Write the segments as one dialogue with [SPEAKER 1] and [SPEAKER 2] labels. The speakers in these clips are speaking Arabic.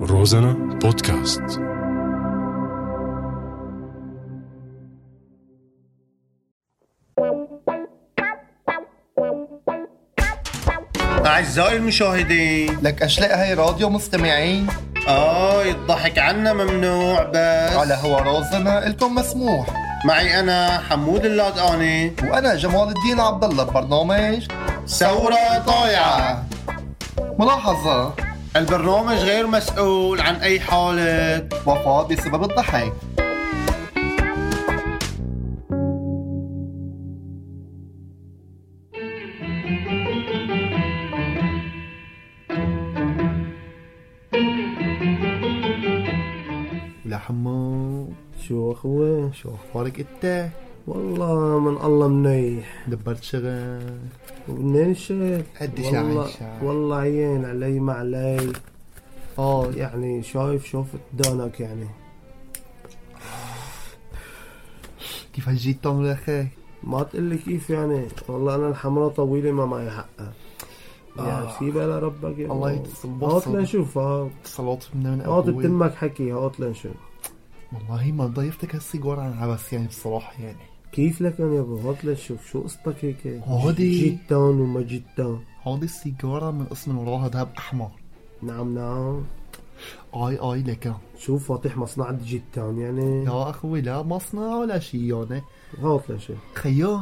[SPEAKER 1] روزانا بودكاست
[SPEAKER 2] أعزائي المشاهدين
[SPEAKER 3] لك اشلاء هاي راديو مستمعين
[SPEAKER 2] آي الضحك عنا ممنوع بس
[SPEAKER 3] على هو رازنا الكم مسموح
[SPEAKER 2] معي أنا حمود اللادقاني
[SPEAKER 3] وانا جمال الدين عبد الله ببرنامج
[SPEAKER 2] ثورة طايعة
[SPEAKER 3] ملاحظه
[SPEAKER 2] البرنامج غير مسؤول عن أي حالة
[SPEAKER 3] وفاه بسبب الضحك
[SPEAKER 4] لا حمام
[SPEAKER 5] شو اخوي
[SPEAKER 4] شو اخبارك انت
[SPEAKER 5] والله من الله منيح
[SPEAKER 4] دبرت شغل
[SPEAKER 5] ومنين الشغل
[SPEAKER 4] قد شعر
[SPEAKER 5] والله
[SPEAKER 4] شعر.
[SPEAKER 5] والله عين علي ما علي
[SPEAKER 4] اه
[SPEAKER 5] يعني شايف شوفت دانك يعني
[SPEAKER 4] كيف هالجيت تمر اخي
[SPEAKER 5] ما تقول لي كيف يعني والله انا الحمراء طويله ما معي حقها يعني
[SPEAKER 4] آه.
[SPEAKER 5] سيبها لربك يا
[SPEAKER 4] الله
[SPEAKER 5] بابا.
[SPEAKER 4] يتصبر.
[SPEAKER 5] يعني. هات لنشوف هات
[SPEAKER 4] اتصالات من من
[SPEAKER 5] هات
[SPEAKER 4] ابوي
[SPEAKER 5] تمك حكي هات لنشوف
[SPEAKER 4] والله ما ضيفتك هالسيجار عن عبس يعني بصراحه يعني
[SPEAKER 5] كيف لك يا ابو هات لنشوف شو قصتك هيك
[SPEAKER 4] هادي.
[SPEAKER 5] جيت داون وما جيت داون
[SPEAKER 4] هذه السيجاره من اسم وراها ذهب احمر
[SPEAKER 5] نعم نعم
[SPEAKER 4] اي اي لك
[SPEAKER 5] شوف فاتح مصنع جيت داون يعني
[SPEAKER 4] يا اخوي لا مصنع ولا شي يعني
[SPEAKER 5] هات لنشوف
[SPEAKER 4] خيا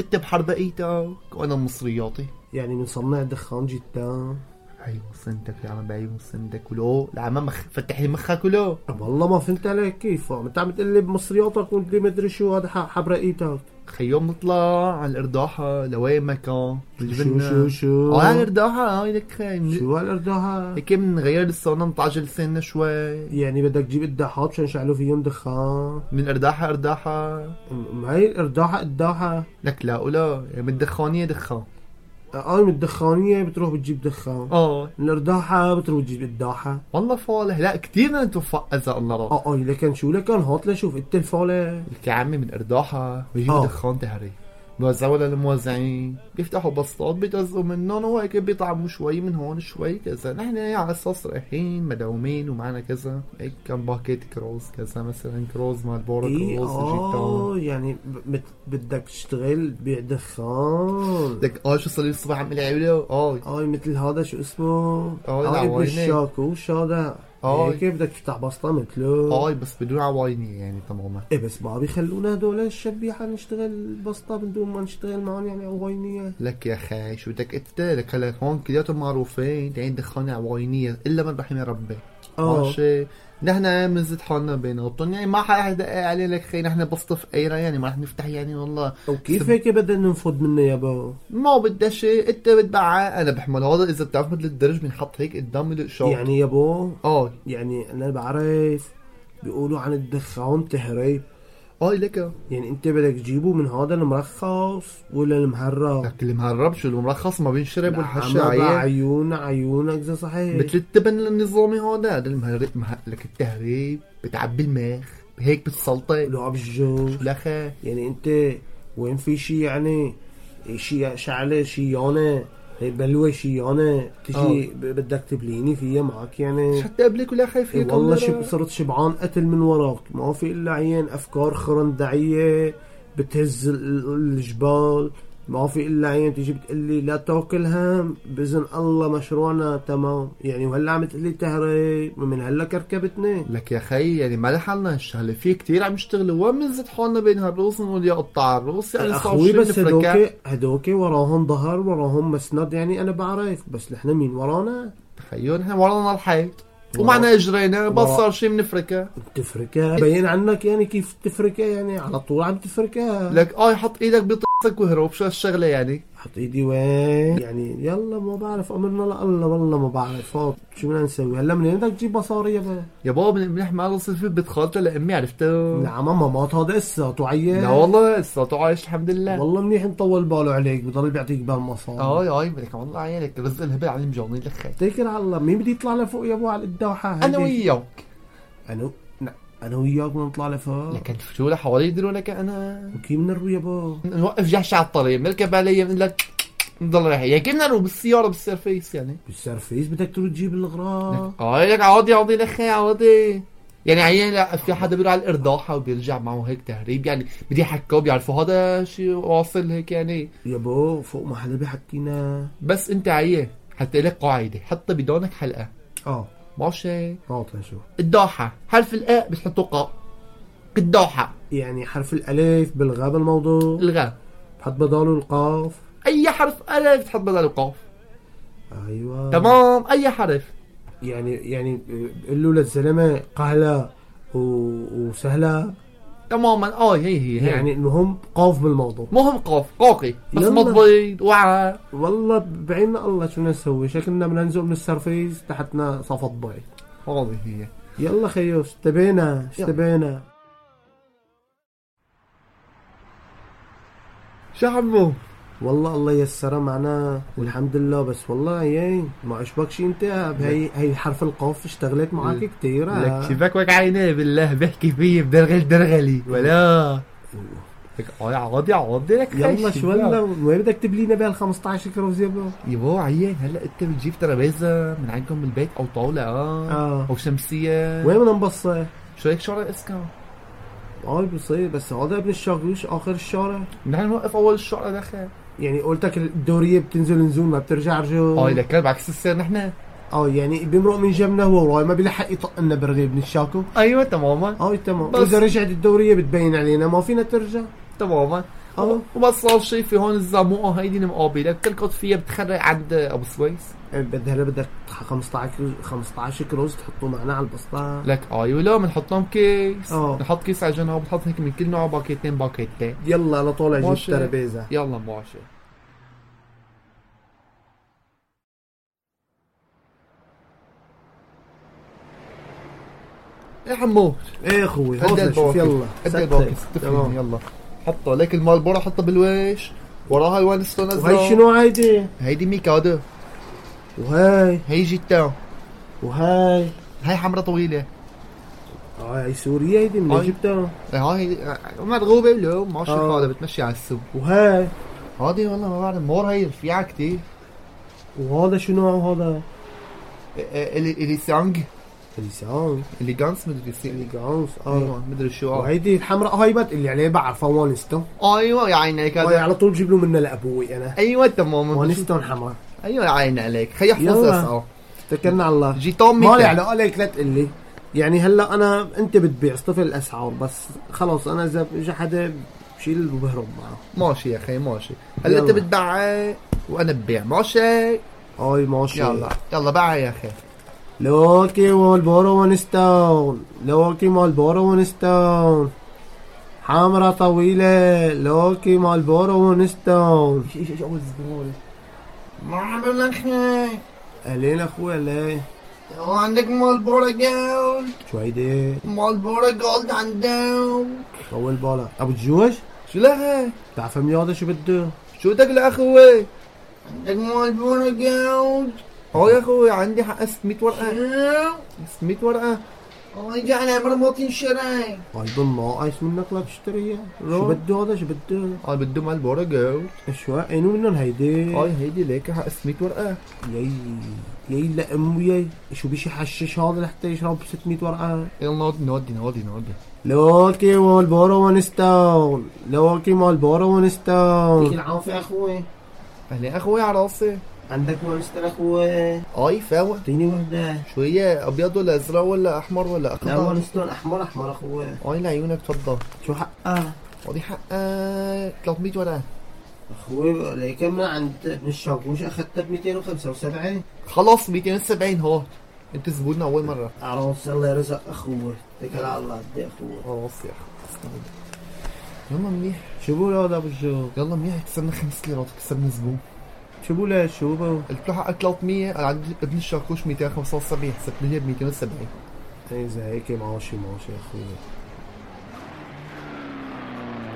[SPEAKER 4] انت بحرب ايتك وانا مصرياتي
[SPEAKER 5] يعني مصنع دخان جيت داون
[SPEAKER 4] عيون سنتك أيوة، يا عم بعيون سنتك ولو لا عم مخ فتح لي مخك ولو
[SPEAKER 5] طب والله ما فهمت عليك كيف عم انت عم تقول لي بمصرياتك وانت مدري شو هذا ح- حبر ايدك
[SPEAKER 4] خيو بنطلع على الارضاحه لوين ما كان بالجبنة.
[SPEAKER 5] شو- يعني شو؟
[SPEAKER 4] آه، على الارضاحه هاي لك خي من-
[SPEAKER 5] شو هالارضاها
[SPEAKER 4] هيك بنغير الصالون نطعجل سنة شوي
[SPEAKER 5] يعني بدك تجيب قداحات مشان يشعلوا فيهم دخان
[SPEAKER 4] من ارداحة ارداحة
[SPEAKER 5] م- هاي الارضاحه قداحه
[SPEAKER 4] لك لا ولا يعني من دخانية دخان
[SPEAKER 5] قايمة آه، الدخانية بتروح بتجيب دخان
[SPEAKER 4] اه
[SPEAKER 5] الارضاحة بتروح بتجيب قداحة
[SPEAKER 4] والله فالح لا كثير من توفق اذا الله راه
[SPEAKER 5] اه اه لكن شو لكن هات لشوف انت الفالة
[SPEAKER 4] لك يا عمي من ارداحة بيجيبوا
[SPEAKER 5] آه.
[SPEAKER 4] دخان تهري بيوزعوا للموزعين بيفتحوا بسطات بيتوزعوا منهم وهيك بيطعموا شوي من هون شوي كذا نحن على اساس رايحين مدعومين ومعنا كذا هيك كم باكيت كروز كذا مثلا كروز مال بورا
[SPEAKER 5] ايه
[SPEAKER 4] كروز
[SPEAKER 5] اه
[SPEAKER 4] وجيتان
[SPEAKER 5] يعني ب- بت- بدك تشتغل بيع دخان
[SPEAKER 4] لك اه شو صار لي الصبح عم العيله اه
[SPEAKER 5] اي مثل هذا شو اسمه
[SPEAKER 4] آي
[SPEAKER 5] آي ابن
[SPEAKER 4] العويني.
[SPEAKER 5] الشاكوش هذا
[SPEAKER 4] آي.
[SPEAKER 5] هيك بدك تفتح بسطة مثله
[SPEAKER 4] اه بس بدون عواينية يعني تماما
[SPEAKER 5] ايه بس ما بيخلونا هدول الشبيحة نشتغل بسطة بدون ما نشتغل معهم يعني عوينية
[SPEAKER 4] لك يا اخي شو بدك انت لك هلا هون كلياتهم معروفين تعين دخانة عواينية الا من رحم ربي
[SPEAKER 5] اه
[SPEAKER 4] ماشي نحن منزت حالنا بيناتهم يعني ما حدا يدقق عليه لك خي نحن بسطة فقيرة يعني ما رح نفتح يعني والله
[SPEAKER 5] وكيف هيك بدنا ننفض منه يابا
[SPEAKER 4] ما بدها شيء انت بتبعها انا بحمل هذا اذا بتعرف مثل الدرج بنحط هيك قدام الشاط
[SPEAKER 5] يعني يابا
[SPEAKER 4] اه
[SPEAKER 5] يعني انا بعرف بيقولوا عن الدخان تهريب
[SPEAKER 4] اه لك
[SPEAKER 5] يعني انت بدك تجيبه من هذا المرخص ولا المهرب
[SPEAKER 4] لك المهرب شو المرخص ما بينشرب والحشة
[SPEAKER 5] عم
[SPEAKER 4] عيال
[SPEAKER 5] بعيون عيونك اذا صحيح
[SPEAKER 4] مثل التبن النظامي هذا هذا المهرب مه- لك التهريب بتعبي المخ هيك بتسلطي
[SPEAKER 5] لعب الجو
[SPEAKER 4] بالاخر
[SPEAKER 5] يعني انت وين في شيء يعني شيء شعله شيانه هي بلوه شيانه تجي
[SPEAKER 4] آه.
[SPEAKER 5] ب- بدك تبليني فيها معك يعني
[SPEAKER 4] حتى قبلك ولا خايف
[SPEAKER 5] إيه والله شب صرت شبعان قتل من وراك ما في الا عين افكار خرندعيه بتهز ال- ال- الجبال ما في الا عين تجي بتقول لي لا تاكل هم باذن الله مشروعنا تمام يعني وهلا عم تقول لي تهري من هلا كركبتني
[SPEAKER 4] لك يا خي يعني ما لحالنا هالشغله في كتير عم يشتغلوا وين بنزت حالنا بين هالروس ونقول يا قطع الروس يعني صار
[SPEAKER 5] اخوي
[SPEAKER 4] شي
[SPEAKER 5] بس
[SPEAKER 4] نفركة.
[SPEAKER 5] هدوك هدوك وراهم ظهر وراهم مسند يعني انا بعرف بس نحن مين ورانا
[SPEAKER 4] خيو نحن ورانا الحيط ومعنا اجرينا بس
[SPEAKER 5] ورا-
[SPEAKER 4] صار شي منفركه
[SPEAKER 5] تفركه بين عنك يعني كيف تفركه يعني على طول عم تفركه
[SPEAKER 4] لك اه حط ايدك بطقسك وهرب شو هالشغله يعني
[SPEAKER 5] حط ايدي وين يعني يلا ما بعرف امرنا لله والله ما بعرف هات شو بدنا نسوي هلا منين بدك تجيب مصاري يابا
[SPEAKER 4] يا بابا منيح ما رصيد في البيت خالته لامي عرفتها
[SPEAKER 5] نعم ما مات هذا اسا
[SPEAKER 4] لا
[SPEAKER 5] تعيا
[SPEAKER 4] والله لساته عايش الحمد لله
[SPEAKER 5] والله منيح مطول باله عليك بضل بيعطيك بالمصاري
[SPEAKER 4] اه يا اي بدك والله عينك رزق الهبل على المجانين لك خي
[SPEAKER 5] تذكر على الله مين بدي يطلع لفوق يابا على الدوحه
[SPEAKER 4] انا وياك
[SPEAKER 5] انا نعم، انا وياك بدنا نطلع لفوق
[SPEAKER 4] لك شو اللي حوالي يدروا لك انا
[SPEAKER 5] وكيف بنروي يابا
[SPEAKER 4] نوقف جحش على الطريق نركب علي بنقول لك نضل رايح يعني يا كنا لو بالسياره بالسيرفيس يعني
[SPEAKER 5] بالسرفيس بدك تروح تجيب الاغراض
[SPEAKER 4] اه لك عوضي عوضي لك خي عوضي يعني عيان لا في حدا بيروح على الارضاحه وبيرجع معه هيك تهريب يعني بدي حكوا بيعرفوا هذا شيء واصل هيك يعني
[SPEAKER 5] يا بو فوق ما حدا بيحكينا
[SPEAKER 4] بس انت عيان حتى لك قاعده حط بدونك حلقه
[SPEAKER 5] اه
[SPEAKER 4] ماشي
[SPEAKER 5] هات شو
[SPEAKER 4] الدوحه حرف الاء بتحطه قاء الدوحه
[SPEAKER 5] يعني حرف الالف بالغاء بالموضوع
[SPEAKER 4] الغاء
[SPEAKER 5] بحط بداله القاف
[SPEAKER 4] اي حرف الف تحط بدل القاف
[SPEAKER 5] ايوه
[SPEAKER 4] تمام اي حرف
[SPEAKER 5] يعني يعني بقول له للزلمه قهله و... وسهله
[SPEAKER 4] تماما اه هي هي, هي.
[SPEAKER 5] يعني انه هم قاف بالموضوع
[SPEAKER 4] مهم قاف قاقي بس
[SPEAKER 5] يلا.
[SPEAKER 4] مضيض وعاء
[SPEAKER 5] والله بعيننا الله شو بدنا نسوي شكلنا بدنا ننزل من السرفيس تحتنا صفت ضعي
[SPEAKER 4] هذه هي
[SPEAKER 5] يلا خيو اشتبينا اشتبينا
[SPEAKER 4] شو عمو
[SPEAKER 5] والله الله يسرها معنا والحمد لله بس والله ياي ما عشبك شي انت بهي هي حرف القاف اشتغلت معك كثير
[SPEAKER 4] لك شباك وك عيني بالله بحكي فيي بدرغل درغلي ولا لك عادي عادي عادي لك
[SPEAKER 5] يلا
[SPEAKER 4] خش
[SPEAKER 5] شو ولا وين بدك تبلينا بها ال 15 كروز يا بو
[SPEAKER 4] يبا عيان هلا انت بتجيب ترابيزه من عندكم بالبيت او طاوله اه
[SPEAKER 5] اه
[SPEAKER 4] او شمسيه
[SPEAKER 5] وين بدنا نبصر؟
[SPEAKER 4] شو هيك شارع اسكا
[SPEAKER 5] اه بصير بس هذا ابن الشاغوش اخر الشارع
[SPEAKER 4] نحن نوقف اول الشارع دخل
[SPEAKER 5] يعني قلتك الدوريه بتنزل نزول ما بترجع رجول
[SPEAKER 4] اه لك بعكس السير نحن
[SPEAKER 5] اه يعني بيمرق من جنبنا هو وراي ما بيلحق يطقنا برغي من الشاكو
[SPEAKER 4] ايوه تماما
[SPEAKER 5] اه تمام
[SPEAKER 4] بس.
[SPEAKER 5] اذا رجعت الدوريه بتبين علينا ما فينا ترجع
[SPEAKER 4] تماما
[SPEAKER 5] اه
[SPEAKER 4] وما صار شي في هون الزموقه هيدي المقابله بتركض فيها بتخرق عند ابو سويس
[SPEAKER 5] بدي هلا بدك تح- 15 كروز- 15 كروز تحطوه معنا على البسطه
[SPEAKER 4] لك ايوه لا بنحط لهم كيس
[SPEAKER 5] آه.
[SPEAKER 4] نحط كيس على جنب بنحط هيك من كل نوع باكيتين باكيتين
[SPEAKER 5] يلا على طول جيب
[SPEAKER 4] ماشي.
[SPEAKER 5] ترابيزه
[SPEAKER 4] يلا معشر يا حمو
[SPEAKER 5] ايه اخوي
[SPEAKER 4] قد
[SPEAKER 5] هات
[SPEAKER 4] الباكس
[SPEAKER 5] شوف يلا
[SPEAKER 4] قد
[SPEAKER 5] ستة.
[SPEAKER 4] الباكس تفهم
[SPEAKER 5] تمام
[SPEAKER 4] يلا حطه ليك المالبورا حطه بالويش وراها الوان ستون ازرق
[SPEAKER 5] وهي شنو هيدي؟
[SPEAKER 4] هيدي ميكادو
[SPEAKER 5] وهاي
[SPEAKER 4] هي جيتا
[SPEAKER 5] وهاي
[SPEAKER 4] هاي حمرة طويلة
[SPEAKER 5] اه هي سوريه هيدي من
[SPEAKER 4] هاي.
[SPEAKER 5] جبتها
[SPEAKER 4] هاي مرغوبة لو ما شو
[SPEAKER 5] آه.
[SPEAKER 4] حالها بتمشي على السوق
[SPEAKER 5] وهاي
[SPEAKER 4] هادي والله ما بعرف مور هي رفيعة كتير
[SPEAKER 5] وهذا شو نوعه هذا؟
[SPEAKER 4] إيه، إلي إلي سانج
[SPEAKER 5] لسان
[SPEAKER 4] إلي جانس مدري سي
[SPEAKER 5] ليجانس اه
[SPEAKER 4] ايوه مدري شو آه.
[SPEAKER 5] وهيدي الحمراء هاي بت اللي عليه بعرفها وانستون
[SPEAKER 4] ايوه يا عيني عليك
[SPEAKER 5] هاي
[SPEAKER 4] هذا
[SPEAKER 5] على طول جيب له منها لابوي انا
[SPEAKER 4] ايوه تماما
[SPEAKER 5] وانستون حمراء
[SPEAKER 4] ايوه يا عيني عليك خي احفظ
[SPEAKER 5] يلا.
[SPEAKER 4] اسعار
[SPEAKER 5] اتكلنا على الله
[SPEAKER 4] جي توم
[SPEAKER 5] مالي
[SPEAKER 4] ميتا.
[SPEAKER 5] على عليك لا تقول لي يعني هلا انا انت بتبيع صفر الاسعار بس خلص انا اذا اجى حدا بشيل وبهرب معه
[SPEAKER 4] ماشي يا اخي ماشي هلا انت
[SPEAKER 5] يلا.
[SPEAKER 4] بتبيع وانا ببيع ماشي
[SPEAKER 5] هاي ماشي
[SPEAKER 4] يلا يلا باع يا اخي
[SPEAKER 5] لوكي والبورو ونستون لوكي مالبورو ونستون حمرة طويلة لوكي مالبورو ونستون
[SPEAKER 4] ايش ايش اول زبون ما عمل لك هيك
[SPEAKER 5] أهلين أخوي أهلين
[SPEAKER 4] وعندك مالبورا جولد
[SPEAKER 5] شو هيدي؟
[SPEAKER 4] مالبورا جولد عندهم
[SPEAKER 5] طول بالك أبو جوج؟
[SPEAKER 4] شو لها
[SPEAKER 5] بتعرف مني هذا شو بده؟
[SPEAKER 4] شو بدك لاخوي عندك مالبورا جولد اه يا اخوي عندي حق 600 ورقه 600 ورقه ورجع على مرموط شراي
[SPEAKER 5] هاي بالناقص منك لا تشتريها شو
[SPEAKER 4] روح.
[SPEAKER 5] بده هذا شو بده؟
[SPEAKER 4] اه بده مالبورا جولد
[SPEAKER 5] شو اينو منهم هيدي؟
[SPEAKER 4] اه هيدي ليك حق 600 ورقه
[SPEAKER 5] ياي ياي لا امو ياي شو بيشي حشش هذا لحتى يشرب 600
[SPEAKER 2] آه.
[SPEAKER 5] ورقه
[SPEAKER 4] يلا نودي نودي نودي نودي
[SPEAKER 5] لوكي والبورو ونستون لوكي والبورو ونستون
[SPEAKER 2] العافية اخوي
[SPEAKER 4] اهلين اخوي على راسي
[SPEAKER 2] عندك مونستر اخوي
[SPEAKER 4] اي فاوة
[SPEAKER 2] اعطيني وحدة
[SPEAKER 4] شو هي ابيض ولا ازرق ولا احمر ولا
[SPEAKER 2] لا
[SPEAKER 4] اخضر
[SPEAKER 2] مونستر احمر احمر اخوي
[SPEAKER 4] اي لعيونك تفضل
[SPEAKER 5] شو حق
[SPEAKER 2] اه
[SPEAKER 4] ودي حقك 300 ورقه
[SPEAKER 2] اخوي ليك من عند ابن الشاكوش اخذتها ب 275
[SPEAKER 4] خلاص 270 هو انت زبوننا اول مره
[SPEAKER 2] عروس الله يرزق اخوي اتكل على الله بدي اخوي
[SPEAKER 4] خلاص يا اخي استنى. يلا منيح
[SPEAKER 5] شو بقول هذا ابو الجو
[SPEAKER 4] يلا منيح كسرنا خمس ليرات كسرنا زبون
[SPEAKER 5] شو بقول شو بقول
[SPEAKER 4] قلت له حقك 300 انا عندي ابن الشاكوش 275 حسبت لي ب 270
[SPEAKER 5] اذا هيك ماشي ماشي يا اخوي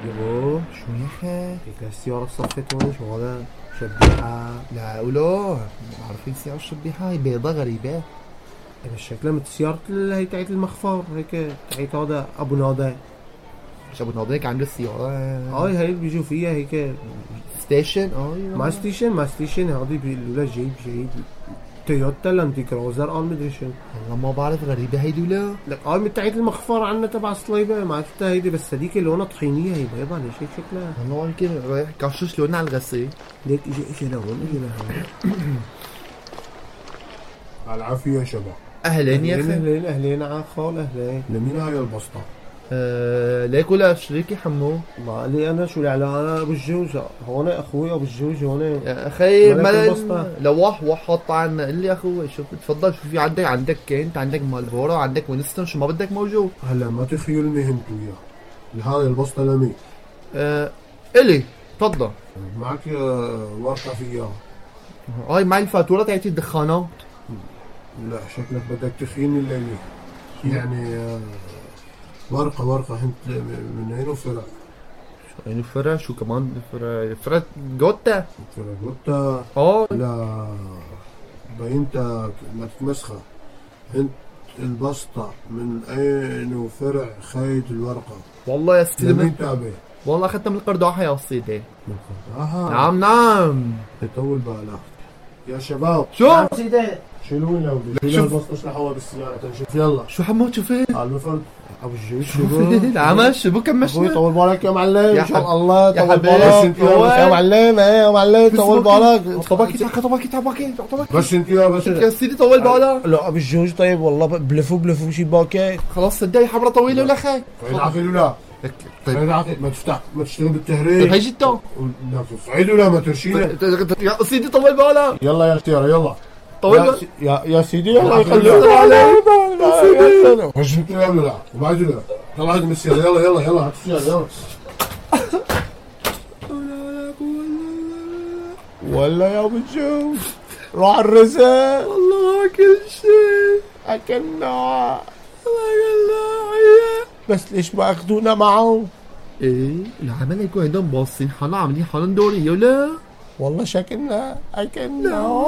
[SPEAKER 5] يبو
[SPEAKER 4] شو يا اخي
[SPEAKER 5] هيك إيه، السيارة صفت هون شو هذا شبيحة
[SPEAKER 4] آه، لا ولا عارفين سيارة الشبيحة هي بيضة غريبة
[SPEAKER 5] يعني بس شكلها مثل سيارة ال- هي تاعت المخفر هيك تاعت هذا ابو نادى
[SPEAKER 4] شو ناظرينك عند السيارة
[SPEAKER 5] هاي هي اللي بيجوا فيها هيك
[SPEAKER 4] ستيشن اه
[SPEAKER 5] مع
[SPEAKER 4] يلا.
[SPEAKER 5] ستيشن مع ستيشن هذه بيقولوا لها جيب جيب تويوتا لاندي كروزر اه مدري شنو
[SPEAKER 4] والله ما بعرف غريبة هيدي ولا
[SPEAKER 5] لك اه من تحت المخفر عنا تبع صليبه ما عرفتها هيدي بس هذيك لونها طحينيه هي بيضة ليش هيك شكلها
[SPEAKER 4] والله يمكن رايح كشش لون على الغسيل
[SPEAKER 5] ليك اجى اجى لهون اجى لهون
[SPEAKER 6] العافية يا شباب
[SPEAKER 4] اهلين يا
[SPEAKER 5] اهلين
[SPEAKER 4] اخي
[SPEAKER 5] اهلين اهلين على خال اهلين
[SPEAKER 6] لمين هاي البسطة؟
[SPEAKER 4] آه، ليك ولا شريكي حمو
[SPEAKER 5] ما لي انا شو العلاقه انا ابو الجوز هون اخوي ابو الجوز هون
[SPEAKER 4] يا اخي
[SPEAKER 5] مالك
[SPEAKER 4] ملل
[SPEAKER 5] البسطة؟
[SPEAKER 4] لوح وح حط عنا قال لي يا اخوي شوف تفضل شو في عندك عندك كنت عندك مالبورو عندك وينستون شو ما بدك موجود
[SPEAKER 6] هلا ما تخيلني هنت وياه هاي البسطة لمين؟
[SPEAKER 4] آه، الي تفضل
[SPEAKER 6] معك آه، ورقة فيها
[SPEAKER 4] هاي معي الفاتورة تاعت الدخانة
[SPEAKER 6] لا شكلك بدك تخيني الليلة يعني آه، ورقة ورقة هنت ل- من أين فرع؟
[SPEAKER 4] يعني فرع شو كمان فرع فرع جوتا
[SPEAKER 6] فرع قلت
[SPEAKER 4] اه
[SPEAKER 6] لا بينت ما تتمسخر انت البسطة من اين وفرع خيط الورقة
[SPEAKER 4] والله يا سلمي
[SPEAKER 6] لمين تابع
[SPEAKER 4] والله اخذتها من القرداحة يا سيدي
[SPEAKER 6] اها
[SPEAKER 4] نعم نعم
[SPEAKER 6] يطول بالك يا شباب
[SPEAKER 4] شو
[SPEAKER 2] سيدي
[SPEAKER 6] شيلوا لي ودي شيلوا البسطة اشلحوها بالسيارة تنشوف يلا
[SPEAKER 4] شو حمو شوفين
[SPEAKER 6] قالوا فرد ابو الجيش
[SPEAKER 4] العمل شو بو كم
[SPEAKER 6] ابوي
[SPEAKER 4] مشنا
[SPEAKER 6] طول بالك يا معلم
[SPEAKER 4] يا
[SPEAKER 6] ان
[SPEAKER 4] حب-
[SPEAKER 6] شاء الله
[SPEAKER 4] يا
[SPEAKER 6] طول
[SPEAKER 4] حبيبي.
[SPEAKER 6] بالك
[SPEAKER 4] طول.
[SPEAKER 6] يا معلم ايه يا معلم طول بالك
[SPEAKER 4] طباكي تعك طباكي تعباكي طباكي
[SPEAKER 6] بس انت يا بس
[SPEAKER 4] يا سيدي طول بالك
[SPEAKER 5] لا ابو الجوز طيب والله بلفوا بلفوا شي باكيت
[SPEAKER 4] خلاص صدقني حمرة طويلة ولا خي
[SPEAKER 6] فين عقل ولا
[SPEAKER 4] طيب
[SPEAKER 6] فين عقل ما تفتح ما تشتغل بالتهريج
[SPEAKER 4] هيجي تو
[SPEAKER 6] لا تصعد ولا ما ترشيله
[SPEAKER 4] يا سيدي طول بالك
[SPEAKER 6] يلا يا سيارة يلا
[SPEAKER 4] طول
[SPEAKER 6] يا
[SPEAKER 4] بالك
[SPEAKER 6] سي- يا يا سيدي
[SPEAKER 4] طول
[SPEAKER 6] الله يخليك
[SPEAKER 4] بالك. يا سيدي.
[SPEAKER 6] وش انت يا ابني لا وبعد لا طلعت من السيارة يلا يلا يلا هات السيارة يلا
[SPEAKER 4] ولا يا ابو الجوز راح الرزق والله كل شيء
[SPEAKER 5] اكلنا
[SPEAKER 4] الله
[SPEAKER 5] بس ليش ما اخذونا معهم
[SPEAKER 4] ايه العمل يكون عندهم باصين حالا عاملين حالا دوري ولا
[SPEAKER 5] والله شكلنا اكلنا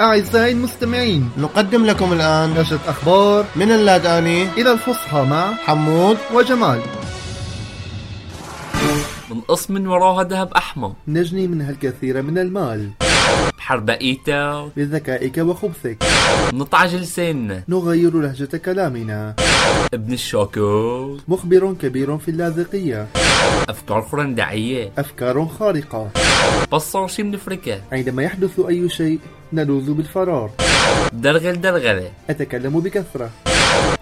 [SPEAKER 4] أعزائي المستمعين
[SPEAKER 5] نقدم لكم الان
[SPEAKER 4] نشرة أخبار
[SPEAKER 5] من اللاداني
[SPEAKER 4] إلى الفصحى مع
[SPEAKER 5] حمود
[SPEAKER 4] وجمال
[SPEAKER 7] من قص من وراها ذهب أحمر
[SPEAKER 4] نجني منها الكثير من المال
[SPEAKER 7] بحربقيتها
[SPEAKER 4] بذكائك وخبثك
[SPEAKER 7] نطعج لساننا
[SPEAKER 4] نغير لهجة كلامنا
[SPEAKER 7] ابن الشاكور
[SPEAKER 4] مخبر كبير في اللاذقية
[SPEAKER 7] أفكار خرندعية
[SPEAKER 4] أفكار خارقة
[SPEAKER 7] بصر شي من أفريقيا
[SPEAKER 4] عندما يحدث أي شيء نلوذ بالفرار
[SPEAKER 7] درغل درغلة
[SPEAKER 4] أتكلم بكثرة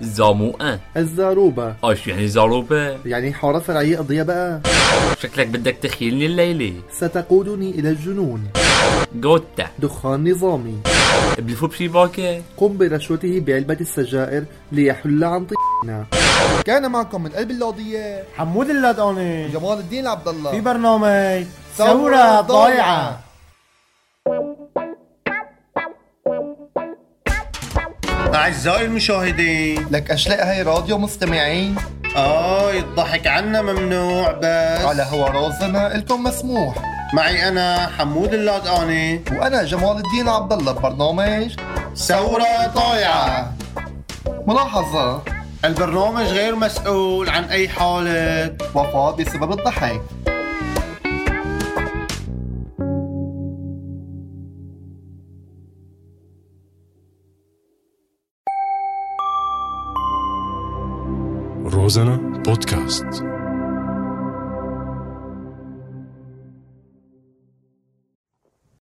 [SPEAKER 7] زاموقة
[SPEAKER 4] الزاروبة
[SPEAKER 7] آه شو يعني زاروبة
[SPEAKER 4] يعني حارة فرعية قضية بقى
[SPEAKER 7] شكلك بدك تخيلني الليلة
[SPEAKER 4] ستقودني إلى الجنون
[SPEAKER 7] جوتا
[SPEAKER 4] دخان نظامي
[SPEAKER 7] بلفو بشي باكة
[SPEAKER 4] قم برشوته بعلبة السجائر ليحل عن طينا
[SPEAKER 3] كان معكم من قلب اللوضية
[SPEAKER 5] حمود اللاداني
[SPEAKER 3] جمال الدين عبد الله
[SPEAKER 5] في برنامج
[SPEAKER 3] ثورة ضايعة.
[SPEAKER 8] أعزائي المشاهدين
[SPEAKER 3] لك أشلاء هاي راديو مستمعين
[SPEAKER 8] آه الضحك عنا ممنوع بس
[SPEAKER 3] على هو رازنا إلكم مسموح
[SPEAKER 8] معي أنا حمود اللادقاني
[SPEAKER 3] وأنا جمال الدين عبد الله ببرنامج
[SPEAKER 8] ثورة طايعة
[SPEAKER 3] ملاحظة
[SPEAKER 8] البرنامج غير مسؤول عن أي حالة
[SPEAKER 3] وفاة بسبب الضحك
[SPEAKER 1] Розана подкаст.